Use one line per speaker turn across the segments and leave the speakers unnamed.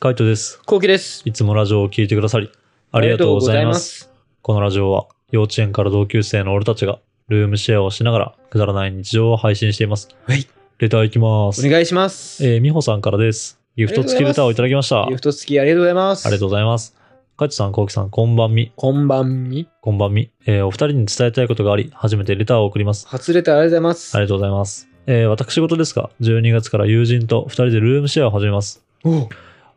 カイトです。
こうきです。
いつもラジオを聞いてくださり、ありがとうございます。このラジオは、幼稚園から同級生の俺たちが、ルームシェアをしながら、くだらない日常を配信しています。
はい。
レターいきま
ありがとうございます。
す
お。願いします。
えー、みほさんからです。ギフト付きレターをいただきました。あ
ギ
り
フト付きありがとうございます。
がとうございます。カイトさん、コウキさん、こんばんみ。
こんばんみ。
こんばんみ。えーお二人に伝えたいことがあり、初めてレターを送ります。
初レターありがとうございます。
ありがとうございます。えー私事ですが、12月から友人と二人でルームシェアを始めます。
おう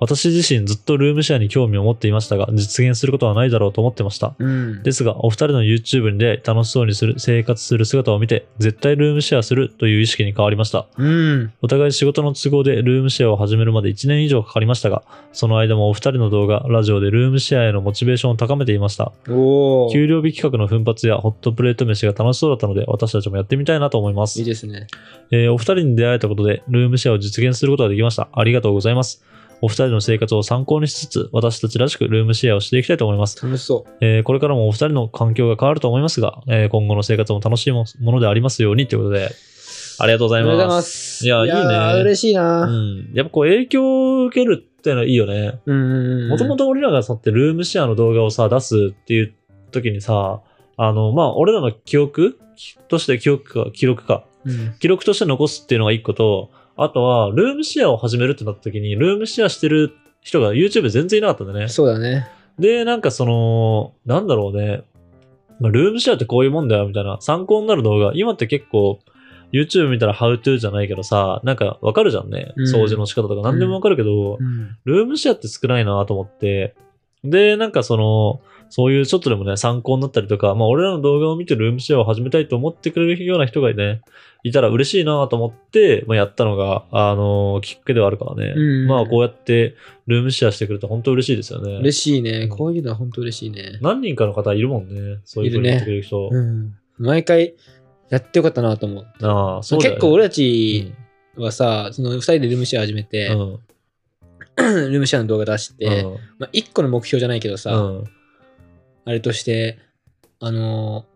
私自身ずっとルームシェアに興味を持っていましたが、実現することはないだろうと思ってました。
うん。
ですが、お二人の YouTube に出会い楽しそうにする、生活する姿を見て、絶対ルームシェアするという意識に変わりました。
うん。
お互い仕事の都合でルームシェアを始めるまで1年以上かかりましたが、その間もお二人の動画、ラジオでルームシェアへのモチベーションを高めていました。
おお。
給料日企画の奮発やホットプレート飯が楽しそうだったので、私たちもやってみたいなと思います
いい。ですね。
えーお二人に出会えたことで、ルームシェアを実現することができました。ありがとうございます。お二人の生活を参考にしつつ、私たちらしくルームシェアをしていきたいと思います。
楽しそ
えーこれからもお二人の環境が変わると思いますが、えー今後の生活も楽しいもものでありますようにということで、ありがとうござ
う。あ
い
りがとうござい
ま。
ますす。
いやいいね
嬉しいな。
うん。やっぱこう影響を受けるってのはいいよね。
うん。
もともと俺らがさってルームシェアの動画をさ、出すっていう時にさ、あの、まあ、俺らの記憶きとして記憶か、記録か。
うん。
記録として残すっていうのが一個と、あとは、ルームシェアを始めるってなった時に、ルームシェアしてる人が YouTube 全然いなかったんだね。
そうだね。
で、なんかその、なんだろうね。まあ、ルームシェアってこういうもんだよ、みたいな。参考になる動画。今って結構、YouTube 見たら How to じゃないけどさ、なんかわかるじゃんね。
うん
掃除の仕方とか何でもわかるけど、
うん。
ルームシェアって少ないなと思って。で、なんかその、そういうちょっとでもね、参考になったりとか、まあ俺らの動画を見てルームシェアを始めたいと思ってくれるような人がね、いたら嬉しいなと思って、まあやったのが、あのきっかけではあるからね。
うん
まあこうやってルームシェアしてくれて本当嬉しいですよね。
嬉しいうね。
ん
こういうのは本当嬉しいね。
何人かの方いるもんね。そういうふうに言ってくれる人。
うん。毎回やってよかったなと思う。
ああ、そうだよ、ね。
結構俺た
い
ちはさ、その二人でルームシェア始めて、
うん。うん。
ルームシェアの動画出して、
うん
まあ、一個の目標じゃないけどさ、
うん。
あれとして、あのー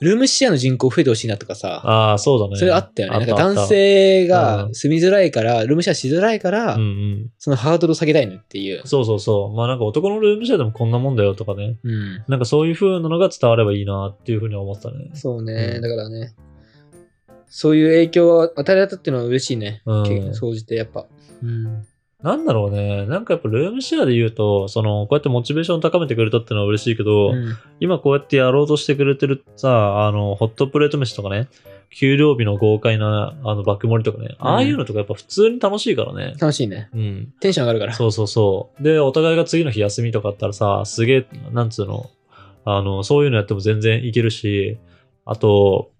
ルームシェアの人口増えてほしいなとかさ、
ああ、そうだね。
それあったよね。なんか
あった
男性が
うん
住みづらいから、ルームシェアしづらいから、
うんうん。
そのハードルを下げたいのっていう。
そうそうそう。まあなんか男のルームシェアでもこんなもんだよとかね。
うん。
なんかそういう風なのが伝わればいいなっていう風には思ってたね。
そうね、
うん
だからね、そういう影響を与えられたっていうのは嬉しいね。
うん
結総じて、やっぱ。うん。
なんだろうね。なんかやっぱルームシェアで言うと、その、こうやってモチベーションを高めてくれたっていうのは嬉しいけど、
うん
今こうやってやろうとしてくれてるさ、あの、ホットプレート飯とかね、給料日の豪快な、あの、爆盛りとかね、ああいうのとかやっぱ普通に楽しいからね。
楽しいね。
うん。
テンション上がる から。
そうそうそう。で、お互いが次の日休みとかあったらさ、すげえ、なんつうの、あの、そういうのやっても全然いけるし、あと、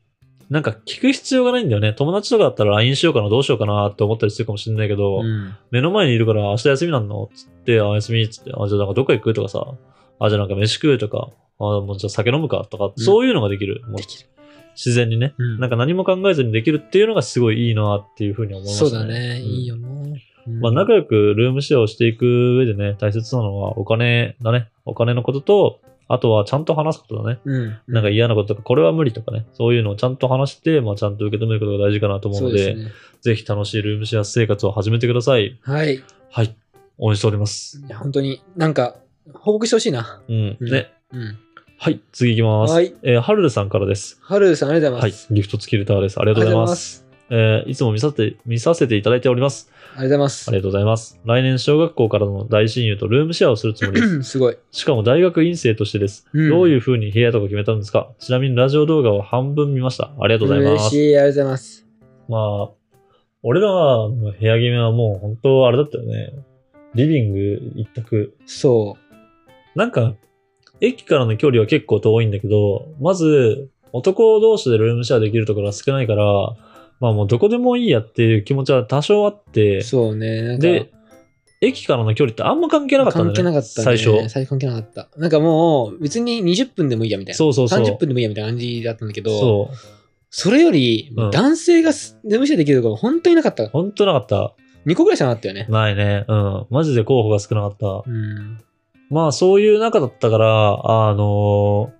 なんか聞く必要がないんだよね。友達とかだったら LINE しようかな、どうしようかなって思ったりするかもしれないけど、
うん
目の前にいるから明日休みなんのつって、あ、休みっつって、あ、じゃあなんかどっか行くとかさ、あ、じゃあなんか飯食うとか、あ、もうじゃあ酒飲むかとか、
ん
そういうのができる。もう
できる。
自然にね。
うん
なんか何も考えずにできるっていうのがすごいいいなっていうふうに思いましたね。
そうだね。
ん
いいよね。うん
まあ、仲良くルームシェアをしていく上でね、大切なのはお金だね。お金のことと、あとはちゃんと話すことだね。
うん。
なんか嫌なこととか、これは無理とかね、そういうのをちゃんと話して、まあ、ちゃんと受け止めることが大事かなと思う
そ
の
う
で、
ですね。
ぜひ楽しいルームシェア生活を始めてください。
はい。い
はい。応援しております。
や本当になんか、報告してほしいな。
うん。
うん
ね。
うん。
はい、次行きます。
はい。
えー、はるるさんからです。
はるさん、ありがとうご
は
ざい
い
ます。。
ギフト付きレターです。ありがとうございます。えーいつも見させて、見させていただいております。
ありがとうござ
あ
いま
りがとうございます。来年小学校からの大親友とルームシェアをするつもりです。
す。すごい。
しかも大学院生としてです。
うん
どういう風に部屋とか決めたんですかちなみにラジオ動画を半分見ました。ありがとうございま
嬉
す。
しい、ありがとうございます。
まあ、俺らの部屋決めはもう本当あれだったよね。リビング一択。
そ
なんか、駅からの距離は結構遠いんだけど、まず、男同士でルームシェアできるところは少ないから、まあもうどこでもいいやっていう気持ちは多少あって
う。、そうね。なんか
で、駅からの距離ってあんま関係なかったんだ
関
ね。
係なかったね。
最初。
最初関係なかった。なんかもう、別に20分でもいいやみたいな。
そうそうそう
30分でもいいやみたいな感じだったんだけど、
そう。
それより
うん、
男性がすルームシェアできるところ本当になかった。
本当なかった。
2個ぐらいしかなかったよね。
ないね。うん。マジで候補が少なかった。
うん。
まあそういう中だったから、あの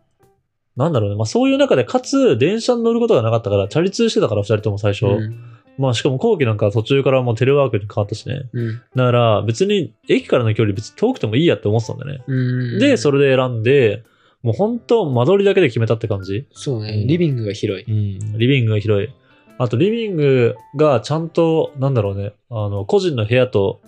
なんだろうね。まあそういう中で、かつ電車に乗ることがなかったから、チャリ通してたから、二人とも最初。
うん
まあしかも後期なんか途中からもうテレワークに変わったしね。
うん。
だから別に駅からの距離別に遠くてもいいやって思ってたんだよね。
うん。
で、そ
れ。
れで選んで、もう本当間取りだけで決めたって感じ。
そうね
う。ん
リビングが広い。
うん、リビングが広い。あと、リビングがちゃんと、なんだろうね、あの、個人の部屋と、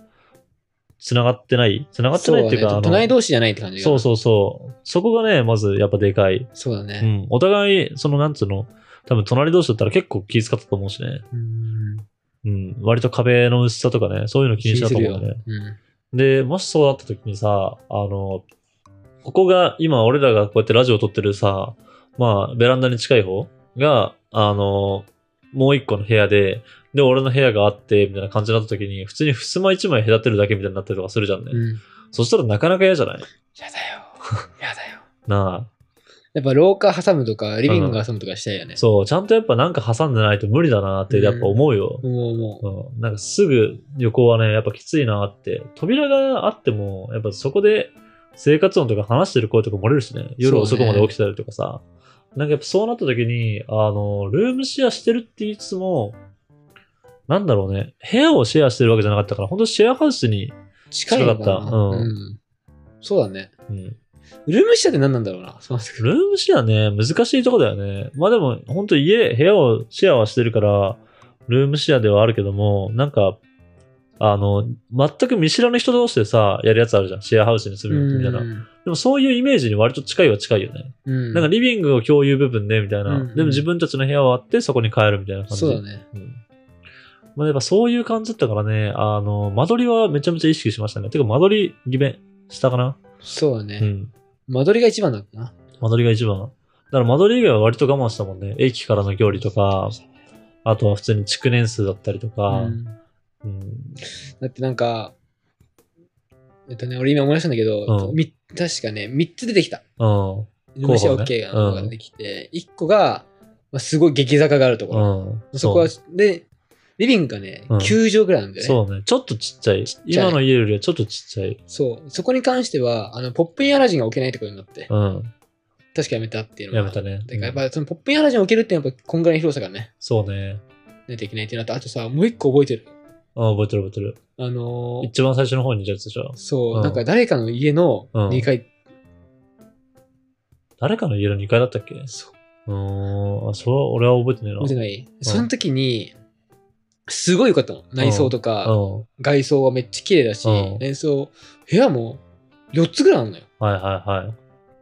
つながってないつながってないっていうか、
そ
あ
うだね
の
隣同士じゃないって感じが
そうそうそう。そこがね、まずやっぱでかい。
そうだ
う
ね。
ん。お互い、その、なんつうの、多分隣同士だったら結構気遣ったと思うしね。
うん。
うん。割と壁の薄さとかね、そういうの気にしたと思うんだよね。
うん。
で、もしそうなった時にさ、あの、ここが、今俺らがこうやってラジオ撮ってるさ、まあ、ベランダに近い方が、あの、もう一個の部屋で、で、俺の部屋があって、みたいな感じになった時に、普通に襖一枚隔てるだけみたいになったりとかするじゃんね。
うん。
そしたらなかなか嫌じゃない
やだ よ。やだよ。
な
やっぱ廊下挟むとか、リビング挟むとかしたいよね
あ。。そう、ちゃんとやっぱなんか挟んでないと無理だなって、やっぱ思うよ。
もうもう。
うん、なんかすぐ旅行はね、やっぱきついなって。扉があっても、やっぱそこで生活音とか話してる声とか漏れるしね。夜
そう
遅く
ね
まで起きてたりとかさ。なんかやっぱそうなった時に、あの、ルームシェアしてるって言いつつも、なんだろうね、部屋をシェアしてるわけじゃなかったから、本当シェアハウスに、
近いの
近かったうん
ん。そうだね。
うん、
ルームシェアって何なんだろうな。そうなんですけど
ルームシェアね、難しいとこだよね。まあでも、本当家、部屋をシェアはしてるから、ルームシェアではあるけども、なんか、あの、全く見知らぬ人同士でさ、やるやつあるじゃん。シェアハウスに住むみたいな。でもそういうイメージに割と近いは近いよね。
うん。
なんかリビングを共有部分で、みたいな。
うんうん
でも自分たちの部屋はあって、そこに帰るみたいな感じ。
そうだね。
うんまあ、やっぱそういう感じだったからね、あの、間取りはめちゃめちゃ意識しましたね。てか間取り決めしたかな、
そうだ
う
ね。
ん。
間取りが一番だったな。
間取りが一番。だから間取り以外は割と我慢したもんね。駅からの距離とか、あとは普通に築年数だったりとか。
うん
うん
だってなんか、えっとね、俺今思い出したんだけど、
うん
み確かね、3つ出てきた。
うん。
ルームシェ
候
ア
補ね
OK がのが出てきて、1個が、まあ、すごい激坂があるところ。
うん。
そこは、で、リビングがね、
うん
9畳ぐらいなんだよね。
そうね。ちょっとちっちゃい。
ちゃい
今の家よりはちょっとちっちゃい。
そう。そこに関しては、あの、ポップインアラジンが置けないってことになって、
うん。
確かやめたっていうのが。
やめたね。
だからやっ
うん
ぱそのポップインアラジン置けるってやっぱこんぐらいの広さがね、
そうね。
ないといけないってなって、あとさ、もう一個覚えてる。
あ覚えてる覚えてる。
あのー
一番最初の方にいたやつでしょ。
そう、
うん
なんか誰かの家の
うん
2階、
誰かの家の2階だったっけう
そう、
ーん。あ、それは俺は覚えてねえな。
覚えてない、その時に、すごい良かったの。内装とか、
うん。
外装はめっちゃ綺麗だし、
うん
内装、部屋も4つぐらいあるのよ。
はいはいは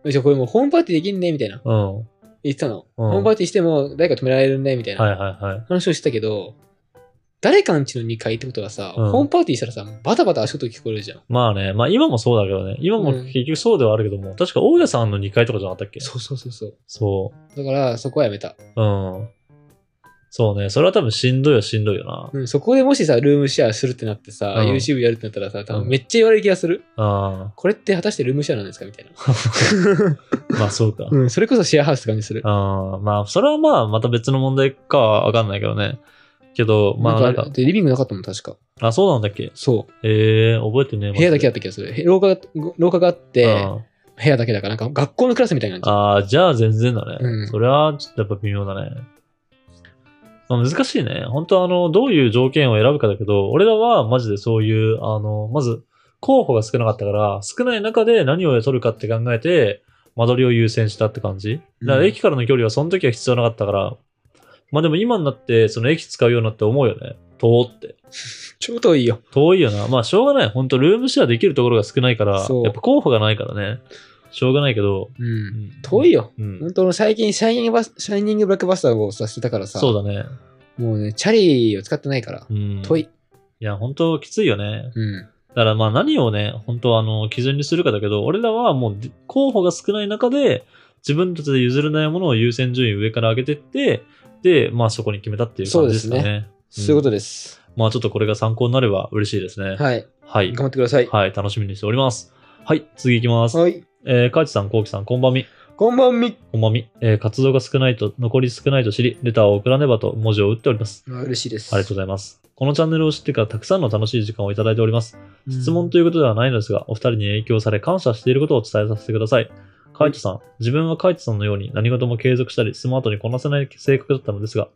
い。
じゃあこれもうホームパーティーできんねみたいな。
うん。は
言ってたの。
うん
ホームパーティーしても誰か止められるねみたい
い
な。
はいはい。
話をしてたけど、誰かんちの2階ってことはさ、
うん
ホームパーティーしたらさ、バタバタ足音聞こえるじゃん。
まあね、まあ今もそうだけどね。今も
うん
結局そうではあるけども、確か大家さんの2階とかじゃなかったっけ
そうそうそうそう。
そ
だから、そこはやめた。
う。うん。そうね。それは多分しんどいはしんどいよな。
うん、そこでもしさ、ルームシェアするってなってさ、
うん
YouTube やるってなったらさ、多
う
分
ん
めっちゃ言われる気がする。
あ
これって果たしてルームシェアなんですかみたいな。
あ。まあそうか。
うん、それこそシェアハウスとかにする。
ああまあ、それはまあ、また別の問題かはわかんないけどね。けど、まあ
な
なんん
か
か、
でリビングなかったもん、確か。
あ、そうなんだっけ
そ
ええ覚えてねえ
う。部屋だけだ
や
った気がする。へ廊下が、廊下があって、部屋だけだから、なんか学校のクラスみたいな感
ああ、じゃあ全然だね。
うん
それはちょっとやっぱ微妙だね。まあ、難しいね。本当あの、どういう条件を選ぶかだけど、俺らはマジでそういう、あの、まず、候補が少なかったから、少ない中で何を取るかって考えて、間取りを優先したって感じ。だから駅からの距離はその時は必要なかったから、まあでも今になって、その駅使うようになって思うよね。遠って。
じ。ちょうどいいよ。
遠いよな。まあしょうがない。本当ルームシェアできるところが少ないから、
そう
やっぱ候補がないからね。しょうがないけど。
う。
うんん
遠いよ。
うん
本当最近、シャイニングバス、シャイニングブラックバスターをさ、してたからさ、
そうだね。
もうね、チャリを使ってないから、
うん。
遠
い
い。
や、本当きついよね。
うん。
だからまあ何をね、本当あの、基準にするかだけど、俺らはもうで候補が少ない中で、自分たちで譲れないものを優先順位上から上げてって、で、まあそこに決めたっていう感じですかね。
そうそういうことです。
まあちょっとこれが参考になれば嬉しいですね。
はい。
はい。
頑張ってください。
はい、楽しみにしております。はい、次行きます。
はい。
えー、かいちさん、こうきさん、こんばんみ。
こんばんみ。
こんばんみ。えー、活動が少ないと、残り少ないと知り、レターを送らねばと文字を打っております。
あ嬉しいです。
ありがとうございます。このチャンネルを知ってからたくさんの楽しい時間をいただいております。
うん
質問ということではないのですが、お二人に影響され感謝していることをお伝えさせてください。カイトさん、自分はカイトさんのように何事も継続したり、スマートにこなせない性格だったのですが、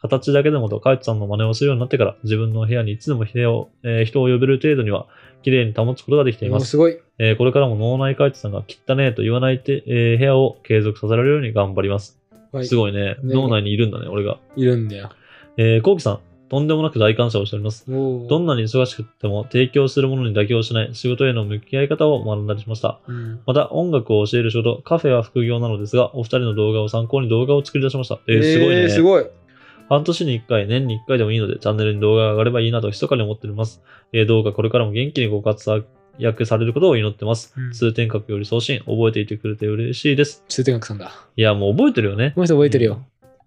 形だけでもと、カイトさんの真似をするようになってから、自分の部屋にいつでも人を,、えー人を呼べる程度には、綺麗に保つことができてい
も
ま
う
す。
すごい。
えーこれからも脳内カイトさんが汚ねえと言わないて、えー部屋を継続させられるように頑張ります。
はい
すごいね。脳内にいるんだね、俺が。
いるんだよ。
えー、コウキさん、とんでもなく大感謝をしております。
おー
どんなに忙しくても提供するものに妥協しない仕事への向き合い方を学んだりしました。
うん
また音楽を教える仕事、カフェは副業なのですが、お二人の動画を参考に動画を作り出しました。えー、すごいね。
えーすごい。
半年に1回、年に1回でもいいので、チャンネルに動画が上がればいいなと密かに思っております。えー、どうかこれからも元気にご活躍されることを祈ってます。
うん
通天閣より送信、覚えていてくれて嬉しいです。
通天閣さんだ。
いや、もう覚えてるよね。
この人覚えてるよ。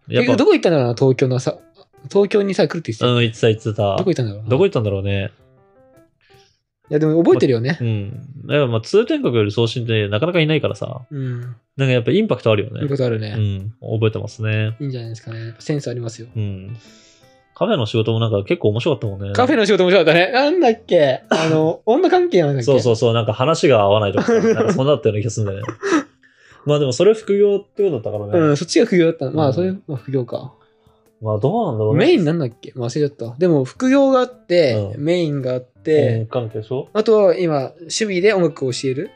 や
結
っぱ
局、どこ行ったんだろうな、東京のさ、東京にさ、来るって言ってたよ。
うん、言ってた言ってた。
どこ行ったんだろうな。
どこ
い
行ったんだろうね。
や、でも覚えてるよね
う。ん。だからまあ通天閣より送信ってなかなかいないからさ。
うん。
なんかやっぱインパクトあるよ
いい
ね。
ことある
う
ね。
ん。覚えてますね。
いいんじゃないですかね。センスありますよ。
うん。カフェの仕事もなんか結構面白かったもんね。
カフェの仕事面白かったね。なんだっけあの、女関係なんだっけ。
そうそううそう。なんか話が合わないとか さ、なんかそんなだったような気がするんだよね。まあでもそれ副業ってことだったからね。
うん、そっちが副業だったの。ま
う
あ、
ん
それ、まあ、副業か。
まあどうなんだろうね。
メインなんだっけ忘れちゃった。でも、副業があって、
うん
メインがあっ
音
て、
楽関係でしょ
あとは今、趣味で音楽を教える。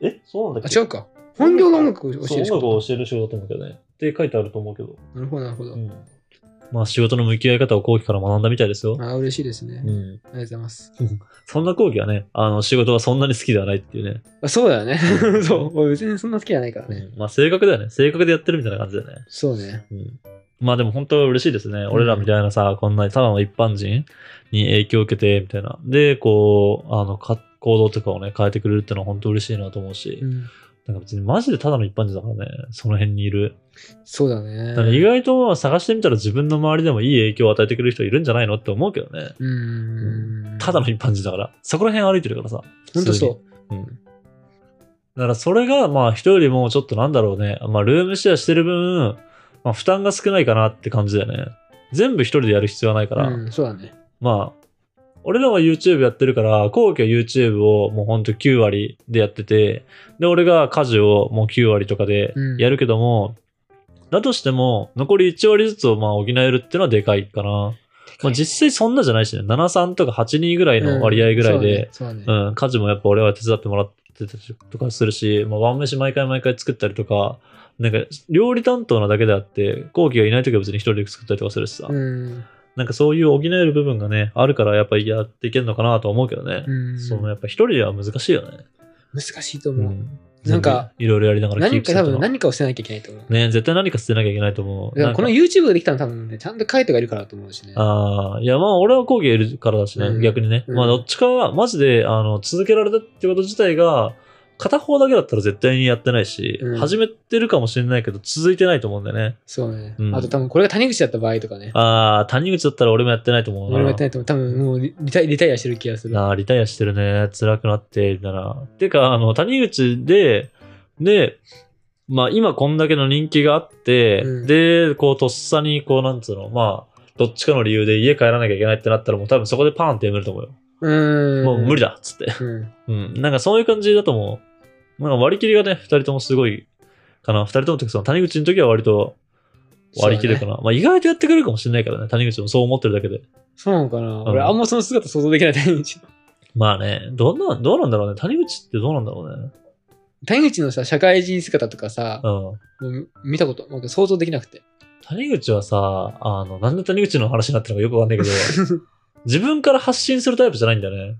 えそうなんだ
あ、
っけ
違うか。本業が音楽を教
そう
え
音
る仕
楽を
事。
教える仕事だと思うけどね。って書いてあると思うけど。
なるほど、なるほど。
うん。まあ仕事の向き合い方を後期から学んだみたいですよ。
あー嬉しいですね。
うん。
ありがとうございます。
そんな後期はね、あの仕事はそんなに好きではないっていうね。
あそうだよね
う。ん
そう。俺別にそんな好きじゃないからね。
うんまあ性格だよね。性格でやってるみたいな感じだよね。
そうね。
うん。まあでも本当嬉しいですね。俺らみたいなさ、こんなただの一般人に影響を受けて、みたいな。で、こう、あの、か行動とかをね、変えてくれるってのは本当嬉しいなと思うし、
うん。
なんか別にマジでただの一般人だからね、その辺にいる。
そうだ
だから意
ね。
外と探してみたら自分の周りでもいい影響を与えてくれる人いるんじゃないのって思うけどね。
うん。
ただの一般人だから。そこら辺歩いてるからさ。
本当そう。
う。うん。だからそれが、まあ人よりもちょっとなんだろうね。まあルームシェアしてる分、まあ負担が少ないかなって感じだよね。全部一人でやる必要はないから、
うん、そうだね。
まあ、俺らは YouTube やってるから、後期は YouTube をもうほんと9割でやってて、で、俺が家事をもう9割とかで
うん
やるけども、だとしても、残り1割ずつをまあ補えるっていうのはでかいかな。まあ、実際そんなじゃないしね、7、3とか8、2ぐらいの割合ぐらいで、
うんそうだね。そうだね
うん、家事もやっぱ俺は手伝ってもらってたりとかするし、まあ、晩飯毎回毎回作ったりとか、なんか料理担当なだけであって、後期がいない時は別に一人で作ったりとかするしさ、
うん。
なんかそういう補える部分がね、あるからやっぱりやっていけるのかなとは思うけどね。
うん
そのやっぱ一人では難しいよね。
難しいと
う
思う。
ん、
なんか
全部いろいろやりながらキー
何
プす
か
る
多
と
分
か
何かを捨てなきゃいけないと思う。
ね、絶対何か捨てなきゃいけないと思う。
だか
な
ら
ん
こ
か
の YouTube ができたの多分ね、ちゃんと書いてがいるからだと思うしね。
ああ、いやまあ俺は後期がいるからだしね、
うん
逆にね。
うん
まあどっちかはマジであの続けられたってこと自体が、片方だけだったら絶対にやってないし、
うん
始めてるかもしれないけど続いてないと思うんだよね。
そうね
う。ん
あと多分これが谷口だった場合とかね。
ああ、谷口だったら俺もやってないと思うな。
俺もやってないと思う。多分もうリタイリタイアしてる気がする。
なあ、リタイアしてるね。辛くなって、みたいな。てか、あの、谷口で、で、まあ今こんだけの人気があって、
うん
で、こうとっさに、こうなんつうの、まあ、どっちかの理由で家帰らなきゃいけないってなったらもう多分そこでパーンってやめると思うよ。
うん。
もう無理だっつって。
うん。
うん。なんかそういう感じだと思う。なんか割り切りがね、二人ともすごい、かな。二人ともっていうかその谷口の時は割と割り切るかな。まあ意外とやってくれるかもしれないからね。谷口もそう思ってるだけで。
そうなのかな。
ん
俺あんまその姿想像できない谷口。
まあね、どんな、どうなんだろうね。谷口ってどうなんだろうね。
谷口のさ、社会人姿とかさ、
うん。
もう見たこと、もう想像できなくて。
谷口はさ、あの、なんで谷口の話になってるのかよくわかんないけ ど、自分から発信するタイプじゃないんだよね。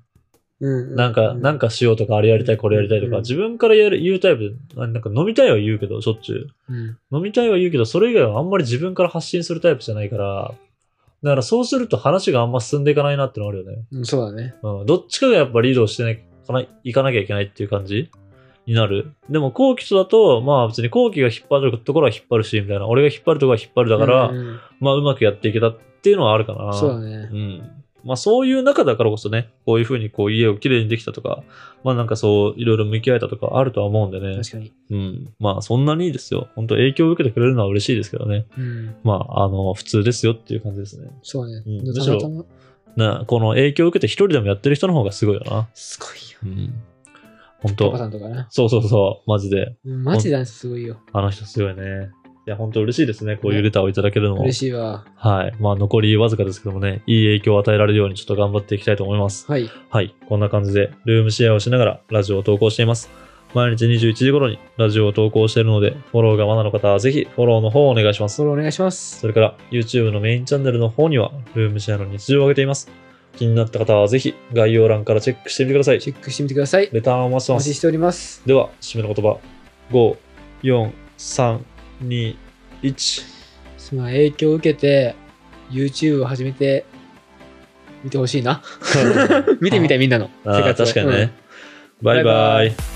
うん。
なんか、なん
か、
かしようとか、あれやりたい、これやりたいと
うん
か、自分からやる言うタイプで、なんか飲みたいは言うけど、しょっちゅう。
うん。
飲みたいは言うけど、それ以外はあんまり自分から発信するタイプじゃないから、だからそうすると話があんま進んでいかないなってのはあるよね。
うんそうだね。
うん、どっちかがやっぱリードをしてないかないかなきゃいけないっていう感じになる。でも後期とだと、まあ別に後期が引っ張るところは引っ張るし、みたいな。俺が引っ張るところは引っ張るだから、
うんうん
まあ、うまくやっていけたっていうのはあるかな。
そうだね。
うん。まあ、そういう中だからこそね、こういうふうにこう家をきれいにできたとか、まあなんかそう、いろいろ向き合えたとかあるとは思うんでね。
確かに。
うん。まあ、そんなにですよ。本当影響を受けてくれるのは嬉しいですけどね。
うん。
まあ、あの、普通ですよっていう感じですね。
そうね。
うん
で
むしろ
たまたま
な、この影響を受けて一人でもやってる人の方がすごいよな。
すごいよ。
うん。本
パパ
当
さんとかな。
そうそうそう、マジで。
マジであの人すごいよ。
あの人すごいね。いや、本当嬉しいですね。こういうレターをいただけるのも。
嬉しいわ。
はい。まあ、残りわずかですけどもね、いい影響を与えられるようにちょっと頑張っていきたいと思います。
はい。
はい。こんな感じで、ルームシェアをしながらラジオを投稿しています。毎日21時頃にラジオを投稿しているので、フォローがまだの方はぜひフォローの方をお願いします
フ。ォローお願いします。
それから YouTube のメインチャンネルの方にはルームシェアの日常を上げています。気になった方はぜひ概要欄からチェックしてみてください。
チェックしてみてください。
レターをお待ちして
お
ま
待ち
す。
しております。
では、締めの言葉。5、4、3、2、1。
まあ、影響を受けて、YouTube を始めて、 見てほしいな。見てみたい、みんなの。
あー
生活を
確かに
うん
ね。バイバ
バイバ
イ
イ。